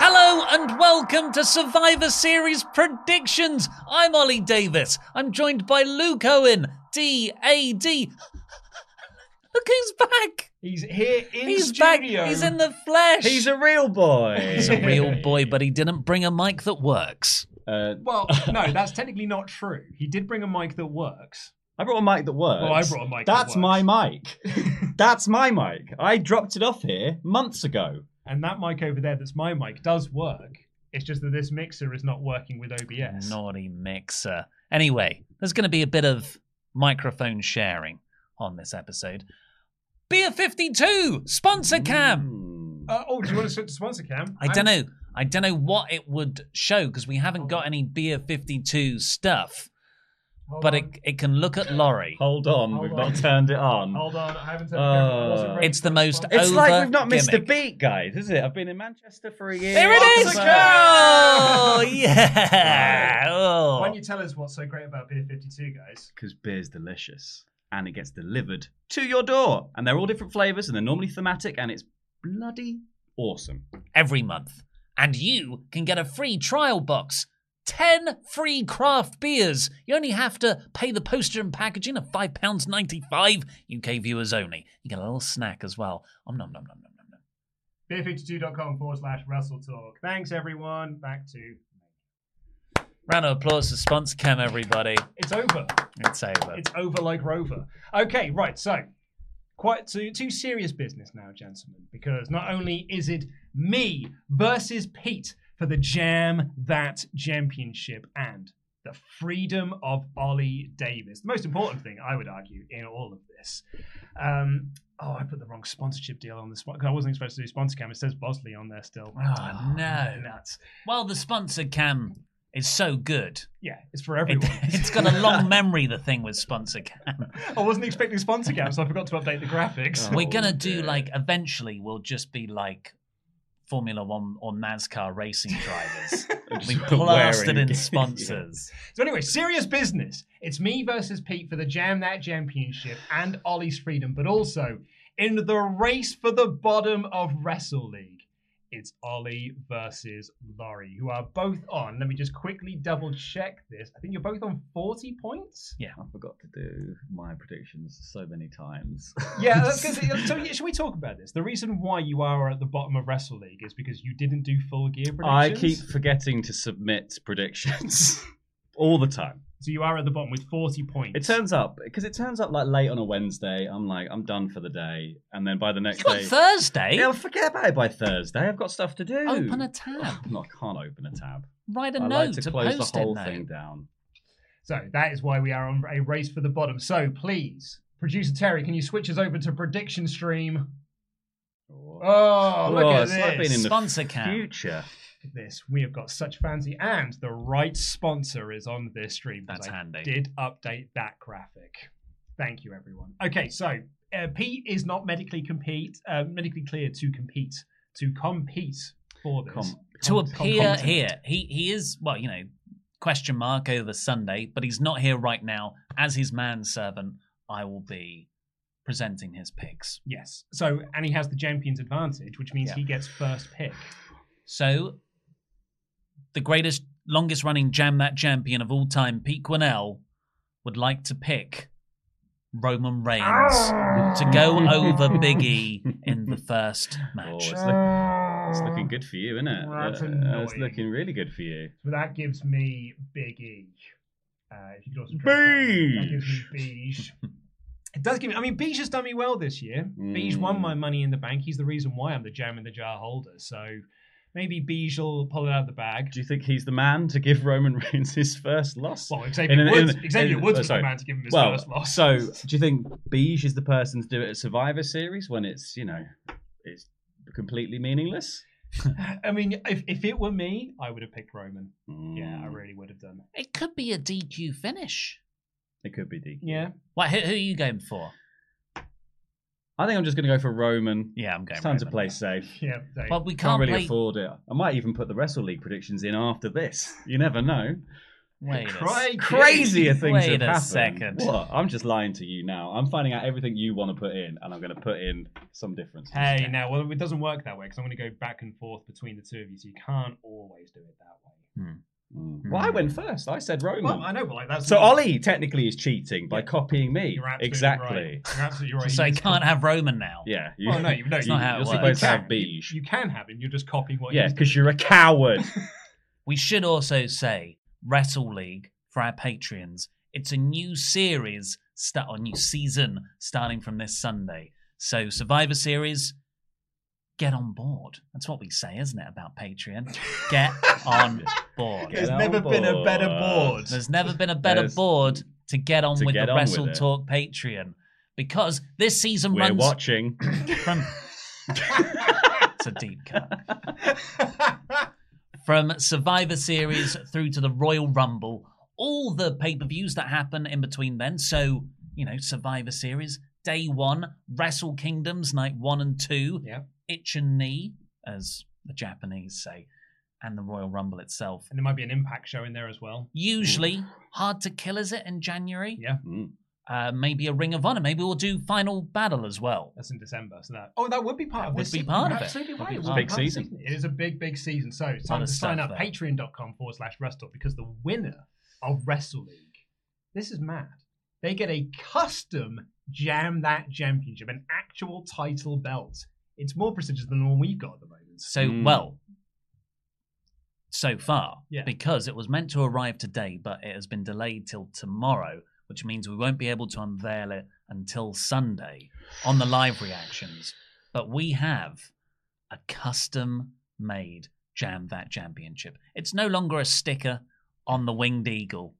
Hello and welcome to Survivor Series Predictions. I'm Ollie Davis. I'm joined by Luke Owen, DAD. Look who's back. He's here in He's studio. back. He's in the flesh. He's a real boy. He's a real boy, but he didn't bring a mic that works. Uh, Well, no, that's technically not true. He did bring a mic that works. I brought a mic that works. Well, I brought a mic that That's works. my mic. That's my mic. I dropped it off here months ago. And that mic over there that's my mic does work. It's just that this mixer is not working with OBS. Naughty mixer. Anyway, there's going to be a bit of microphone sharing on this episode. Beer 52, sponsor cam. Uh, oh, do you want to switch to sponsor cam? I don't know. I don't know what it would show because we haven't got any beer 52 stuff, Hold but it, on. it can look at Laurie. Hold on, Hold we've on. not turned it on. Hold on, I haven't turned Uh, the camera. on. I wasn't ready It's for the most sponsor- It's like we've Over not missed a gimmick. beat, guys, is it? I've been in Manchester for a year. There it is! Lots of- Oh, yeah! Oh. Why don't you tell us what's so great about Beer 52, guys? because beer's delicious and it gets delivered to your door. And they're all different flavors and they're normally thematic and it's bloody awesome. Every month. And you can get a free trial box. 10 free craft beers. You only have to pay the postage and packaging of £5.95, UK viewers only. You get a little snack as well. Om nom nom nom nom nom nom. Beer52.com forward slash Russell Talk. Thanks, everyone. Back to. Round of applause for Sponsor Cam, everybody. It's over. It's over. It's over like Rover. Okay, right. So, quite to, to serious business now, gentlemen, because not only is it me versus Pete for the Jam That Championship and the freedom of Ollie Davis. The most important thing, I would argue, in all of this. Um, oh, I put the wrong sponsorship deal on the spot. I wasn't supposed to do sponsor cam. It says Bosley on there still. Ah, Oh, no. Nuts. Well, the sponsor cam is so good. Yeah, it's for It, everyone. has got a long memory, the thing with sponsor cam. I wasn't expecting sponsor cam, so I forgot to update the graphics. We're Oh, going to do like, eventually, we'll just be like Formula One or NASCAR racing drivers. we Just plastered wearing- in sponsors. So anyway, serious business. It's me versus Pete for the Jam That Championship and Ollie's Freedom, but also in the race for the bottom of Wrestle League, it's Ollie versus Laurie, who are both on. Let me just quickly double check this. I think you're both on 40 points. I forgot to do my predictions so many times. Yeah, that's good. So yeah, should we talk about this? The reason why you are at the bottom of Wrestle League is because you didn't do full gear predictions. I keep forgetting to submit predictions all the time. So you are at the bottom with 40 points. It turns up because it turns up like late on a Wednesday. I'm like, I'm done for the day, and then by the next You've got day, Thursday. yeah, I'll forget about it by Thursday. I've got stuff to do. Oh, Open a tab. No, I can't open a tab. Write a I note like to, to close post the it whole now. thing down. So that is why we are on a race for the bottom. So please, producer Terry, can you switch us over to prediction stream? Oh, look Oh, at it's this. like being in the Sponsor cam. future. Look at this. We have got such fancy, and the right sponsor is on this stream. 'cause That's I handy. Did update that graphic. Thank you, everyone. Okay, so uh, Pete is not medically compete, uh, medically cleared to compete to compete for this. Com- To appear content. here. He, he is, well, you know, question mark over Sunday, but he's not here right now. As his manservant, I will be presenting his picks. Yes. So, and he has the champion's advantage, which means Yeah. he gets first pick. So the greatest, longest running Jam That Champion of all time, Pete Quinnell, would like to pick Roman Reigns to go over Big E in the first Oh, match. it's, look- it's looking good for you, isn't it? uh, That's it's annoying. looking really good for you. So that gives me Big E. Uh, if you could also drop that, that gives me Beige. It does give me. I mean, Beige has done me well this year. Beige won my money in the bank. He's the reason why I'm the jam in the jar holder. So maybe Beige will pull it out of the bag. Do you think he's the man to give Roman Reigns his first loss? Well, Xavier Woods- Xavier Woods was the oh, sorry. man to give him his Well, first loss. So, do you think Beige is the person to do it at Survivor Series when it's you know it's completely meaningless? I mean, if, if it were me, I would have picked Roman. Yeah, I really would have done. It could be a DQ finish. It could be DQ. Yeah. Like, who, who are you going for? I think I'm just going to go for Roman. Yeah, I'm going. it's time to Roman. play safe. Yeah. so- But we can't, Can't really play. afford it. I might even put the Wrestle League predictions in after this. You never know. Wait a Crikey. Crazier things Wait have a happened. second. What? I'm just lying to you now. I'm finding out everything you want to put in, and I'm going to put in some differences. Hey, now, well, it doesn't work that way because I'm going to go back and forth between the two of you. So you can't always do it that way. Mm. Well, I went first. I said Roman. Well, I know, but like that's So Ollie technically is cheating by copying me. You're absolutely exactly. Right. You're absolutely right. So I can't have Roman now. Yeah. You, Well, no, you, no, you, not how it you're works. supposed to can. have beige. You can have him. You're just copying what. yeah, he's because you're a coward. We should also say Wrestle League for our patrons. It's a new series, start or new season starting from this Sunday. So Survivor Series, get on board. That's what we say, isn't it, about Patreon? Get on board. There's Get never on been a better board. There's never been a better There's- board to get on to with get the on with Wrestle it. Talk Patreon because this season We're runs watching. from. it's a deep cut. From Survivor Series through to the Royal Rumble, all the pay per views that happen in between then. So, you know, Survivor Series, day one, Wrestle Kingdoms, night one and two, Yeah. Itch and Knee, as the Japanese say, and the Royal Rumble itself. And there might be an impact show in there as well. Usually, Hard to Kill is it in January? Yeah, Mm. Uh, maybe a Ring of Honor. Maybe we'll do Final Battle as well. that's in December. So that. Oh, that would be part That of would this be season. part You're of it. Absolutely Would right. be It part would be of part of it. the season. It is a big, big season. So it's Lot time of to sign stuff up. there. Patreon.com forward slash Wrestle because the winner of Wrestle League. This is mad. They get a custom Jam That Championship, an actual title belt. It's more prestigious than the one we've got at the moment. So, Mm. well, so far, Yeah. because it was meant to arrive today, but it has been delayed till tomorrow, which means we won't be able to unveil it until Sunday on the live reactions. But we have a custom made Jam That Championship. It's no longer a sticker on the Winged Eagle,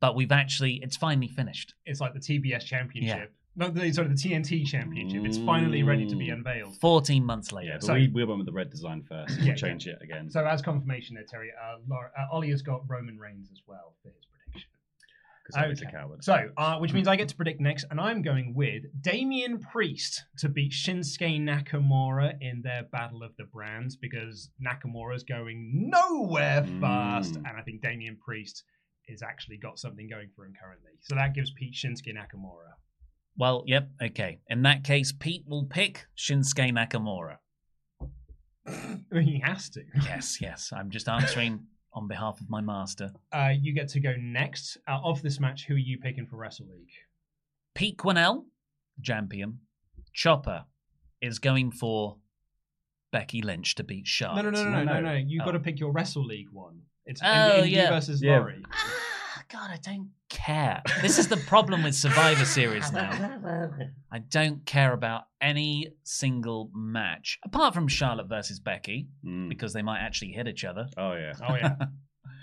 but we've actually, it's finally finished. it's like the TBS championship. No, the, sorry, the TNT championship. It's finally ready to be Mm. unveiled. 14 months Yeah, later. but So- we, we went with the red design first. Yeah, We'll change it Mm. again. So as confirmation there, Terry, uh, Laura, uh, Ollie has got Roman Reigns as well for his prediction. Because Ollie's a Okay. coward. So, uh, which means I get to predict next, and I'm going with Damian Priest to beat Shinsuke Nakamura in their Battle of the Brands because Nakamura's going nowhere Mm. fast, and I think Damian Priest has actually got something going for him currently. So that gives Pete Shinsuke Nakamura. Well, yep, okay. In that case, Pete will pick Shinsuke Nakamura. I mean, he has to. Yes, yes. I'm just answering on behalf of my master. Uh, you get to go next. Uh, of this match, who are you picking for Wrestle League? Pete Quinnell, champion. Chopper is going for Becky Lynch to beat Charlotte. No, no, no, no, no, no, no, no. no. You've Oh. got to pick your Wrestle League one. It's Oh, N- N- yeah. versus Yeah. Laurie. Ah, God, I don't care. This is the problem with Survivor Series now. I don't care about any single match, apart from Charlotte versus Becky, Mm. because they might actually hit each other. Oh, yeah. Oh yeah. Hmm.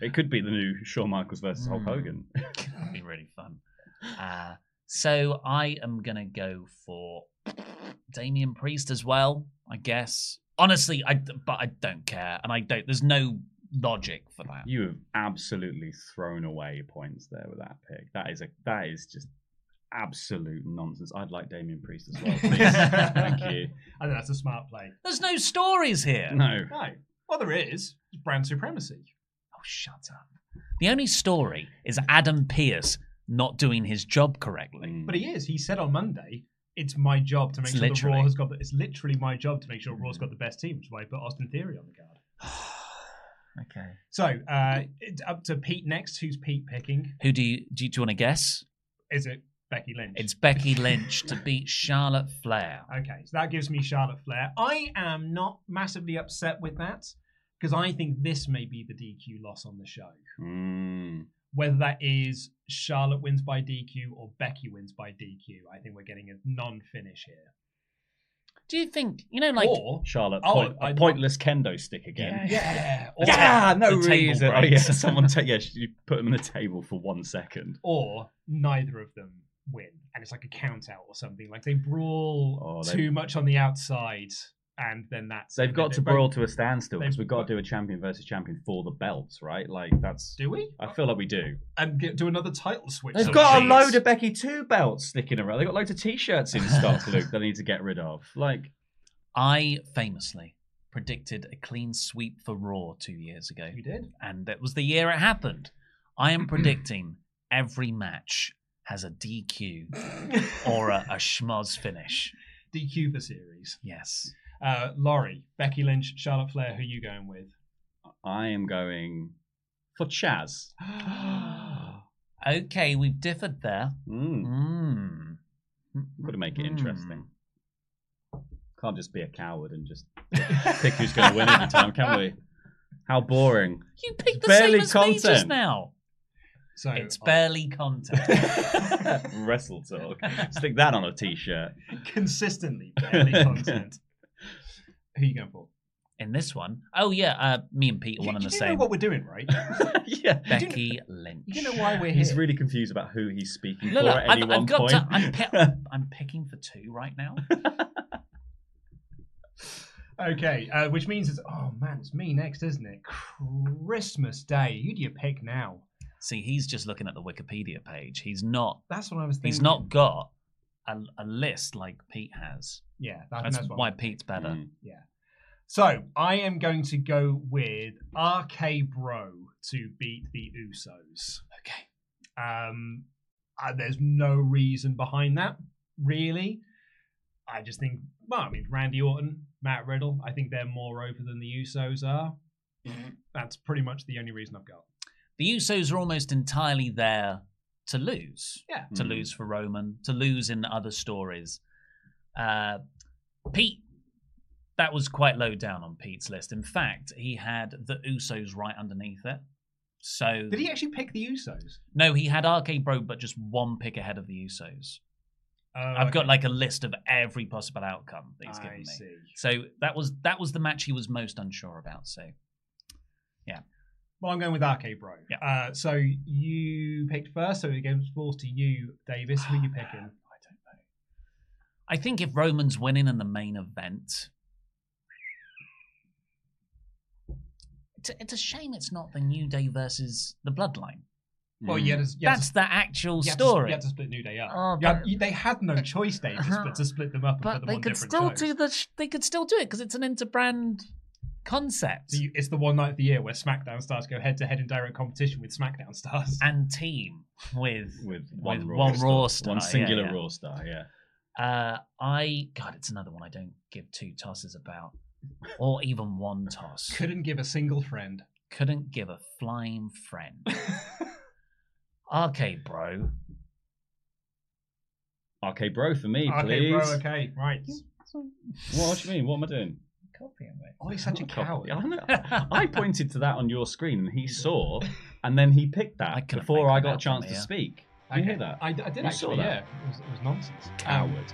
It could be the new Shawn Michaels versus Hulk Mm. Hogan. That'd be really fun. Uh, so I am gonna go for Damian Priest as well, I guess. Honestly, I but I don't care, and I don't. There's no logic for that. You have absolutely thrown away points there with that pick. That is a that is just absolute nonsense. I'd like Damien Priest as well, please. Thank you. I think that's a smart play. There's no stories here. No. No. Well, there is. It's brand supremacy. Oh, shut up. The only story is Adam Pierce not doing his job Mm. correctly. But he is. He said on Monday, it's my job to make It's sure the literally. Raw has got the, It's literally my job to make sure Raw's got the best team, which is why I put Austin Theory on the card. Okay. So uh, it's up to Pete next. Who's Pete picking? Who do you do you, do you want to guess? Is it Becky Lynch? It's Becky Lynch to beat Charlotte Flair. Okay, so that gives me Charlotte Flair. I am not massively upset with that because I think this may be the DQ loss on the show. Mm. Whether that is Charlotte wins by DQ or Becky wins by DQ, I think we're getting a non finish here. Do you think you know like or, Charlotte, Oh, point, I- a pointless kendo stick again. yeah, or, Yeah, no the table reason. Oh, yeah, breaks. someone ta- yeah, she- you put them on the table for one second. or neither of them win. And it's like a count out or something. Like they brawl Oh, they- too much on the outside, and then that's. So they've and got then to they both- brawl to a standstill because they've we've got got- to do a champion versus champion for the belts, right? Like that's. Do we? I feel like we do. And get, do another title switch. They've Oh, got a jeez. load of Becky Two belts sticking around. They've got loads of T-shirts in stock, Luke. They need to get rid of. Like, I famously predicted a clean sweep for Raw two years ago, You did? and that was the year it happened. I am predicting every match has a DQ or a, a schmoz finish. DQ for series. Yes. Uh, Laurie, Becky Lynch, Charlotte Flair, who are you going with? I am going for Chaz. Okay, we've differed there. Mm. Mm. Got to make it Mm. interesting. Can't just be a coward and just pick who's going to win every time, can we? How boring. You picked the Barely same as me just content. now. so It's uh, barely content. Wrestle talk. Stick that on a T-shirt. consistently barely content. who are you going for? In this one, oh yeah, uh, me and Pete are You, one and you the do same. know what we're doing, right? yeah. Becky Lynch. You know why we're here. He's really confused about who he's speaking No, for no, at I've, any I've one got point. to. I'm, pi- I'm picking for two right now. Okay, uh, which means it's oh man, it's me next, isn't it? Christmas Day. Who do you pick now? See, he's just looking at the Wikipedia page. He's not. That's what I was thinking. He's not got a, a list like Pete has. Yeah, I think That's, what why I'm- Pete's better. Mm. So I am going to go with RK Bro to beat the Usos. Okay. Um, uh, there's no reason behind that, really. I just think, well, I mean, Randy Orton, Matt Riddle, I think they're more over than the Usos are. That's pretty much the only reason I've got. The Usos are almost entirely there to lose. Yeah. To Mm. lose for Roman. To lose in other stories. Uh, Pete. That was quite low down on Pete's list. In fact, he had the Usos right underneath it. So Did he actually pick the Usos? no, he had RK Bro, but just one pick ahead of the Usos. Oh, I've got okay. like a list of every possible outcome that he's I given me. see. So that was that was the match he was most unsure about. So Well, I'm going with RK Bro. Yeah. Uh, so you picked first, so it goes balls to you, Davis. Who are you picking? I think if Roman's winning in the main event, it's a, it's a shame it's not the New Day versus the Bloodline. Well, you had to, you had to- That's the actual you had to- story. you had to split New Day up. Oh, You had- but- uh-huh. you- they had no choice, Davis, but to split them up and put but them they on could different still shows. do the sh- they could still do it because it's an interbrand concept So you- it's the one night of the year where SmackDown stars go head to head in direct competition with SmackDown stars. and team with With one, raw, one star, Raw star, one yeah, singular yeah. raw star, yeah. Uh, I God, it's another one I don't give two tosses about, or even one toss. Couldn't give a single friend. Couldn't give a flying friend. okay, bro. RK Bro for me, okay, please. bro, okay, right. What, what do you mean? What am I doing? Copying me. Oh, he's such a Not copy. coward. I know. I pointed to that on your screen and he saw, and then he picked that I couldn't before make I that got a out chance from to here. speak. Did you hear that? I, I did You actually, saw that? yeah. It was, it was nonsense. Um, Coward.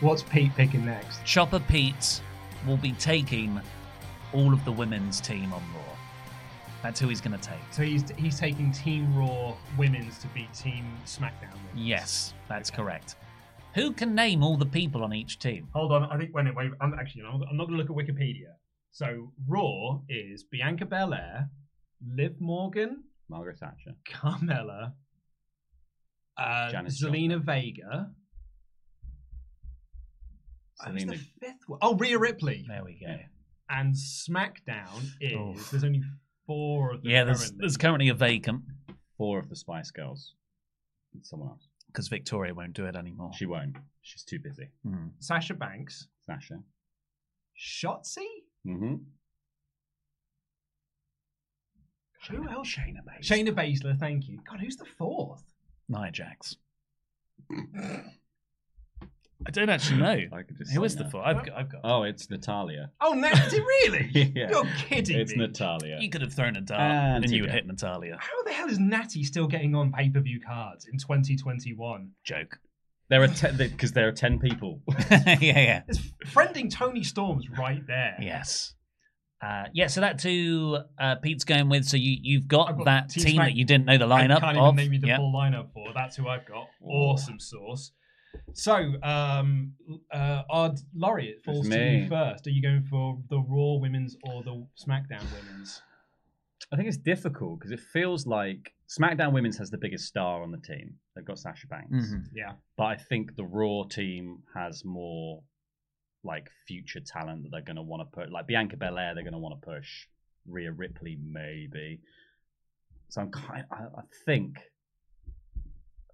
What's Pete picking next? Chopper Pete will be taking all of the women's team on Raw. That's who he's going to take. So he's he's taking Team Raw women's to beat Team SmackDown. Women's. Yes, that's correct. Who can name all the people on each team? Hold on, I think wait, wait, I'm actually I'm not going to look at Wikipedia. So Raw is Bianca Belair, Liv Morgan, Margaret Thatcher. Carmella, uh, Janice Zelina Vega. Who's the Zelina- fifth one? Oh, Rhea Ripley. There we go. Yeah. And SmackDown is Oof. there's only four of them. Oh. Yeah, there's, currently. there's currently a vacant Four of the Spice Girls. And someone else. because Victoria won't do it anymore. She won't. She's too busy. Hmm. Sasha Banks, Sasha. Shotzi. Mm-hmm. Who else? Shayna Baszler. Shayna Baszler. Thank you. God, who's the fourth? Nia Jax. I don't actually know. I could just Who say is the no. four? I've got. I've got. Oh, it's Natalia. Oh, no, is it really? Yeah. You're kidding It's me. Natalia. You could have thrown a dart And and you would again. hit Natalia. How the hell is Natty still getting on pay per view cards in 2021? Joke. There are ten because there are ten people. yeah, yeah. It's friending Tony Storm's right there. Yes. Uh, yeah, so that too, uh, Pete's going with. So you, you've I've got, got that Team team Smack- that you didn't know the I lineup can't of. even name you the yeah. full lineup for. That's who I've got. Awesome sauce. So, um, uh, our Laurie, it falls to me. you first. Are you going for the Raw women's or the SmackDown women's? I think it's difficult because it feels like SmackDown Women's has the biggest star on the team. They've got Sasha Banks, Mhm. Yeah. but I think the Raw team has more like future talent that they're going to want to put, like Bianca Belair. They're going to want to push Rhea Ripley, maybe. So I'm kind. I, I think.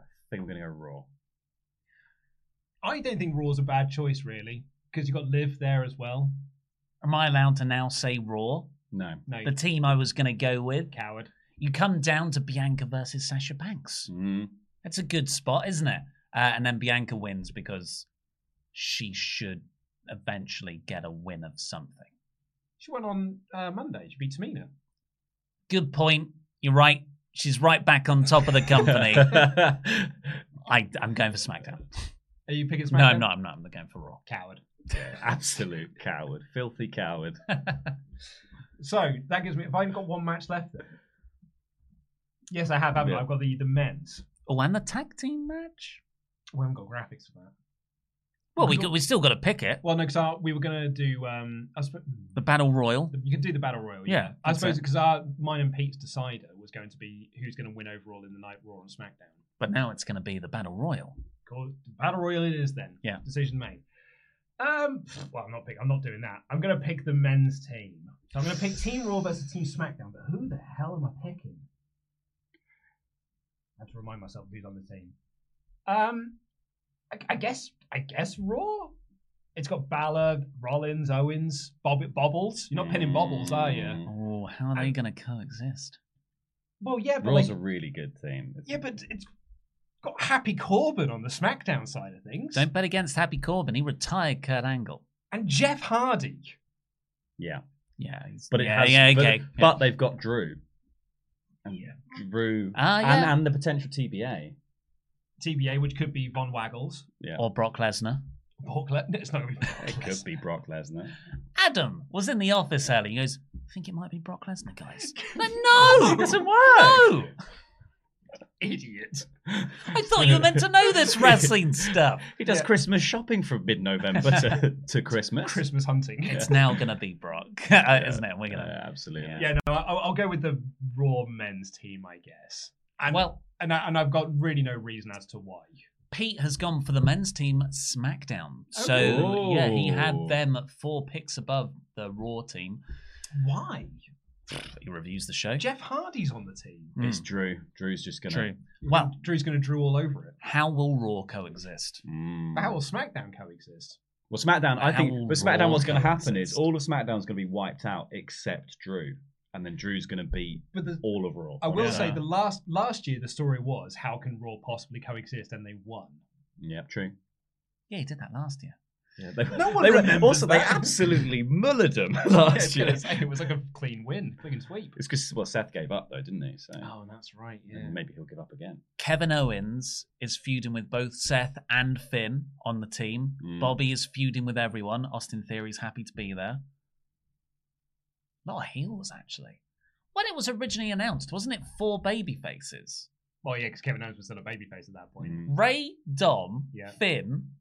I think I'm going to go Raw. I don't think Raw's a bad choice, really, because you've got Liv there as well. Am I allowed to now say Raw? No. No, The team I was going to go with. coward. You come down to Bianca versus Sasha Banks. Mm. That's a good spot, isn't it? Uh, and then Bianca wins because she should eventually get a win of something. She went on uh, Monday. She beat Tamina. Good point. You're right. She's right back on top of the company. I, I'm going for SmackDown. Are you picking SmackDown? No, I'm not. I'm not. I'm going for Raw. Coward. Absolute coward, filthy coward. So that gives me. If I've got one match left, then. yes, I have. Haven't I? Yeah. I've got the the men's. Oh, and the tag team match? We haven't got graphics for that. Well, we Cool. got, we still got to pick it. Well, no, because we were gonna do. Um, I suppose The battle royal. you can do the battle royal. Yeah, I that's suppose it. because our mine and Pete's decider was going to be who's going to win overall in the night Raw and SmackDown. But now it's going to be the battle royal. Cool. Battle royal it is then. Yeah. Decision made. Um. Well, I'm not pick. I'm not doing that. I'm gonna pick the men's team. So I'm gonna pick Team Raw versus Team SmackDown. But who the hell am I picking? I have to remind myself who's on the team. Um. I, I guess. I guess Raw. It's got Balor, Rollins, Owens, Bob, Bobbles. You're not pinning Bobbles, are you? Mm. Oh, how are they going to coexist? Well, yeah, but Raw's like, a really good team. It's yeah, but it's got Happy Corbin on the SmackDown side of things, Don't bet against Happy Corbin. He retired Kurt Angle. and Jeff Hardy. Yeah, Yeah, he's, but it yeah, has. yeah, but, okay. but they've got Drew. Yeah. Drew. Ah, and, yeah. and the potential TBA. TBA, which could be Von Waggles. Yeah, or Brock Lesnar. Brock Le- it's not going to be. Brock it could Lesnar. be Brock Lesnar. Adam was in the office earlier. He goes, I think it might be Brock Lesnar, guys. Like, no! It doesn't work! No! Idiot. I thought you were meant to know this wrestling stuff. He does Yeah. Christmas shopping from mid-November to, to Christmas. Christmas hunting. It's now going to be Brock, uh, isn't it? We're going Yeah, to. absolutely. Yeah, no, I'll, I'll go with the Raw men's team, I guess. And, Well- and I, and I've got really no reason as to why. Pete has gone for the men's team SmackDown. So, Oh. yeah, he had them at four picks above the Raw team. Why? He reviews the show. Jeff Hardy's on the team. Mm, It's Drew. Drew's just gonna. true. Well, Drew's going to drew all over it. how will Raw coexist? Mm. But How will SmackDown coexist? Well, SmackDown. I How think. But SmackDown, what's going to raw happen coexist. is all of SmackDown's going to be wiped out except Drew, and then Drew's going to beat But the, all of Raw. I will Yeah. say the last last year the story was how can Raw possibly coexist, and they won. Yeah, true. Yeah, he did that last year. Yeah, they, No one they remembers also they that. absolutely mullered them last Yeah, I year. was gonna say, it was like a clean win, clean sweep. It's because well, Seth gave up though, didn't he? So Oh, that's right. Yeah. and maybe he'll give up again. Kevin Owens is feuding with both Seth and Finn on the team. Mm. Bobby is feuding with everyone. Austin Theory's happy to be there. A lot of heels, actually. When it was originally announced, wasn't it four baby faces? Well, yeah, because Kevin Owens was still a babyface at that point. Mm. Ray, Dom, Yeah. Finn,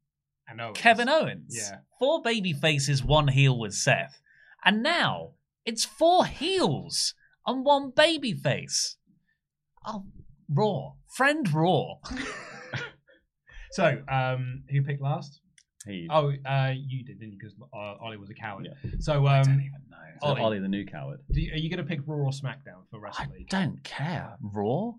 I know. Kevin Owens. Yeah. Four baby faces, one heel with Seth. And now it's four heels and one baby face. Oh, Raw. Friend Raw. Um, So, um, who picked last? Mm. He, Oh, uh, you did, didn't you? Because uh, Ollie was a coward. Yeah. So, um, Don't even know. so Ollie. Ollie. the new coward. do you- are you going to pick Raw or SmackDown for I Wrestle League? don't care. Raw?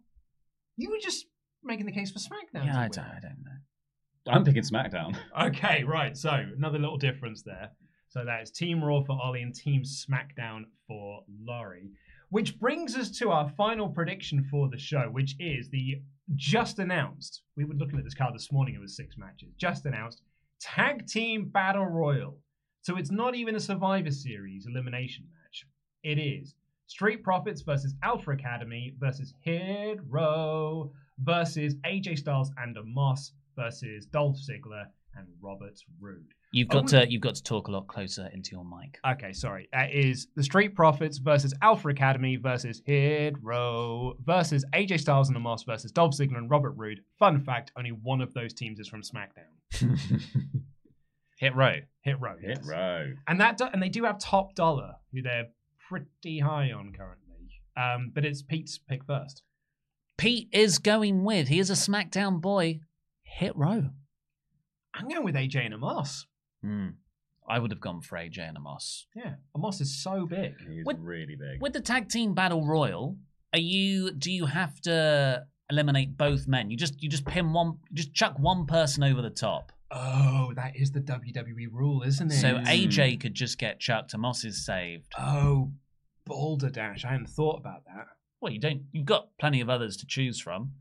You were just making the case for SmackDown. Yeah, to I win. don't, I don't know. I'm picking SmackDown. Okay, right. So another little difference there. So that is Team Raw for Ollie and Team SmackDown for Laurie. Which brings us to our final prediction for the show, which is the just announced. We were looking at this card this morning, it was six matches. Just announced Tag Team Battle Royal. So it's not even a Survivor Series elimination match. It is Street Profits versus Alpha Academy versus Hero versus AJ Styles and Moss versus Dolph Ziggler and Robert Roode. You've Oh. got to you've got to talk a lot closer into your mic. Okay, sorry. That is the Street Profits versus Alpha Academy versus Hero versus AJ Styles and Moss versus Dolph Ziggler and Robert Roode. Fun fact: only one of those teams is from SmackDown. Hit row. Hit Row. Hit yes. row. and that do- and they do have Top Dollar, who they're pretty high on currently. Um, but it's Pete's pick first. Pete is going with. He is a SmackDown boy. Hit row. I'm going with AJ and Amos. Hmm. I would have gone for AJ and Amos. Yeah, Amos is so big. He's With- really big. With the tag team battle royal, are you do you have to eliminate both men? You just you just pin one just chuck one person over the top. Oh, that is the WWE rule, isn't it? So Mm. AJ could just get chucked, Amos is saved. oh, Boulder Dash. I hadn't thought about that. Well, you don't you've got plenty of others to choose from.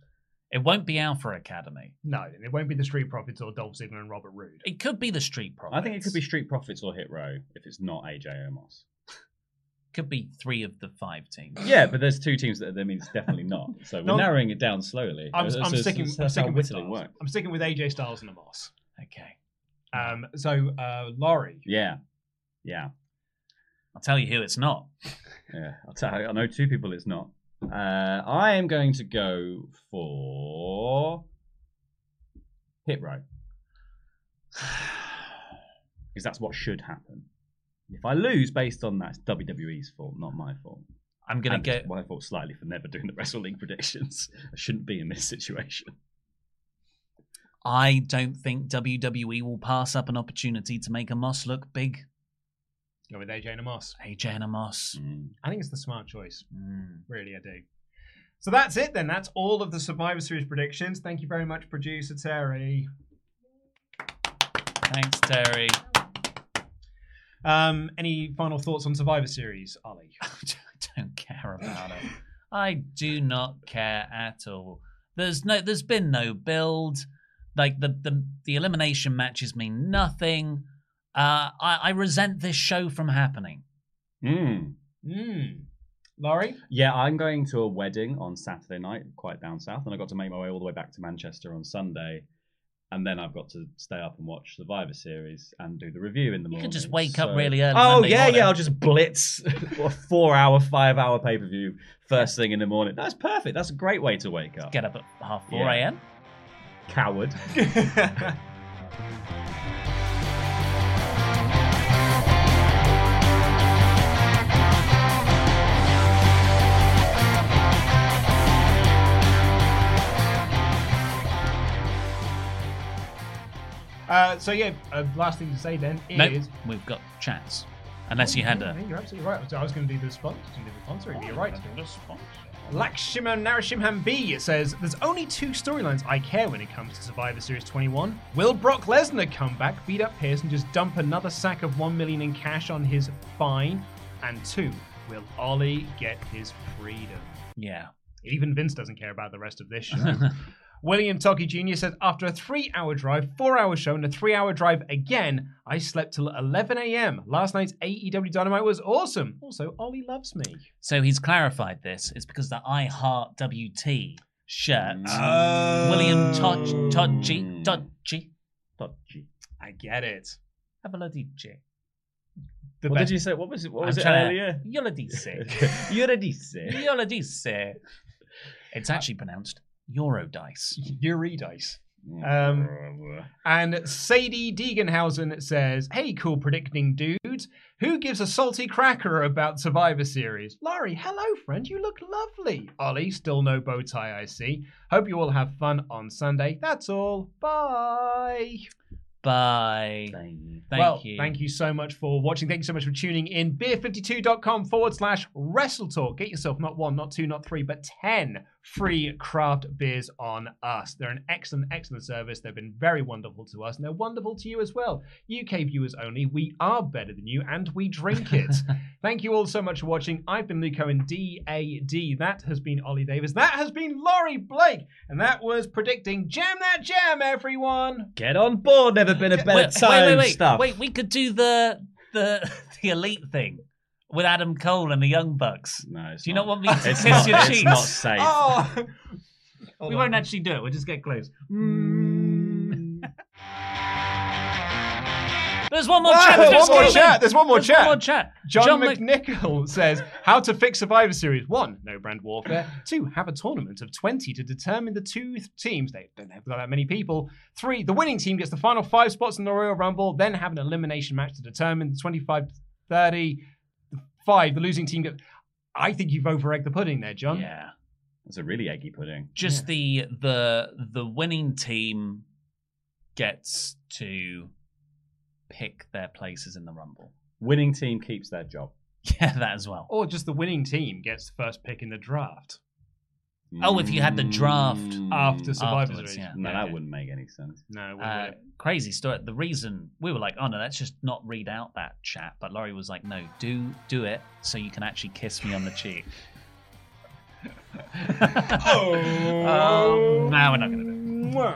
It won't be Alpha Academy. No, it won't be the Street Profits or Dolph Ziggler and Robert Roode. It could be the Street Profits. I think it could be Street Profits or Hit Row if it's not AJ Omos. could be three of the five teams. Yeah, but there's two teams that that means definitely not. So we're No. narrowing it down slowly. I'm, So- I'm so- so sticking. that's I'm how sticking with whittling Styles. works. I'm sticking with AJ Styles and Amos. Okay. Um, so uh, Laurie, Yeah, yeah, I'll tell you who it's not. yeah. I'll tell you, I know two people. It's not. Uh, I am going to go for Hit Row because that's what should happen. If I lose based on that, it's WWE's fault, not my fault. I'm gonna And go it's my fault slightly for never doing the Wrestle League predictions. I shouldn't be in this situation. I don't think WWE will pass up an opportunity to make Amos look big. go with AJ and Amos. AJ and Amos. Mm. I think it's the smart choice. Mm. Really, I do. So that's it then. That's all of the Survivor Series predictions. Thank you very much, producer Terry. Thanks, Terry. Um, any final thoughts on Survivor Series, Ollie? I don't care about it. I do not care at all. There's no there's been no build. Like the the, the elimination matches mean nothing. Uh, I, I resent this show from happening. Mm. Mm. Laurie? Yeah, I'm going to a wedding on Saturday night, quite down south, and I got to make my way all the way back to Manchester on Sunday. And then I've got to stay up and watch Survivor Series and do the review in the You could morning. just wake up so- really early. Oh, Monday yeah, morning. yeah. I'll just blitz a four hour, five hour pay per view first thing in the morning. That's perfect. That's a great way to wake up. get up at half four Yeah. a.m. Coward. Uh, so yeah, uh, last thing to say then is. Oh, Nope, we've got chats. Unless you had Yeah, a You're absolutely right. So I was going to do the sponsor. I was gonna do the sponsor. review, You're right. Lakshima Narasimhan B says, There's only two storylines I care when it comes to Survivor Series 21. Will Brock Lesnar come back, beat up Pierce, and just dump another sack of 1 million in cash on his fine? And two, will Ollie get his freedom? yeah. Even Vince doesn't care about the rest of this show. William Toki Jr. says, After a three hour drive, four hour show, and a three hour drive again, I slept till 11 a.m. Last night's AEW Dynamite was awesome. Also, Ollie loves me. So he's clarified this. It's because the I Heart WT shirt. Oh. William Todd Todgy Todgy. Dodgy. I get it. Have a bloody jig. The What best- did you say? What was it? What I'm was it tryna- earlier? Yoladice. Eurydice. Yoladice. It's actually pronounced Eurodice. Yuri dice. Um, And Sadie Degenhausen says, Hey, cool predicting dudes. Who gives a salty cracker about Survivor Series? Laurie, hello, friend. You look lovely. Ollie, still no bow tie, I see. Hope you all have fun on Sunday. That's all. Bye. Bye. Thank well, you. Thank you so much for watching. Thank you so much for tuning in. Beer52.com forward slash wrestle talk. Get yourself not one, not two, not three, but 10 free craft beers on us. They're an excellent, excellent service. They've been very wonderful to us and they're wonderful to you as well. UK viewers only, we are better than you and we drink it. thank you all so much for watching. I've been Luke Owen, DAD. That has been Ollie Davis. That has been Laurie Blake. And that was predicting Jam That Jam, everyone. Get on board. Never been a better wait, time. wait, stuff. wait, we could do the the the elite thing with Adam Cole and the Young Bucks. No, it's Do you not. not want me to It's kiss not, your it's cheeks? not safe. Oh. we won't actually do it. We'll just get close. There's one more Whoa, chat. one just more came chat, in. there's one more There's chat. one more chat. John, Mc- McNichol says, How to fix Survivor Series. One, no brand warfare. Two, have a tournament of 20 to determine the two th- teams. They don't have that many people. Three, the winning team gets the final five spots in the Royal Rumble, then have an elimination match to determine the 25 30. Five, the losing team gets. I think you've over egged the pudding there, John. yeah. It's a really eggy pudding. Just the the the winning team gets to pick their places in the rumble. Winning team keeps their job. Yeah, that as well. Or just the winning team gets the first pick in the draft Oh, if you had the draft Oh, Mm. after Survivor afterwards, Series. yeah. No, that wouldn't make any sense. No, we Uh, wouldn't. crazy story. The reason we were like, oh no, let's just not read out that chat. But Laurie was like, no, do do it so you can actually kiss me on the cheek. oh, no, we're not gonna do it.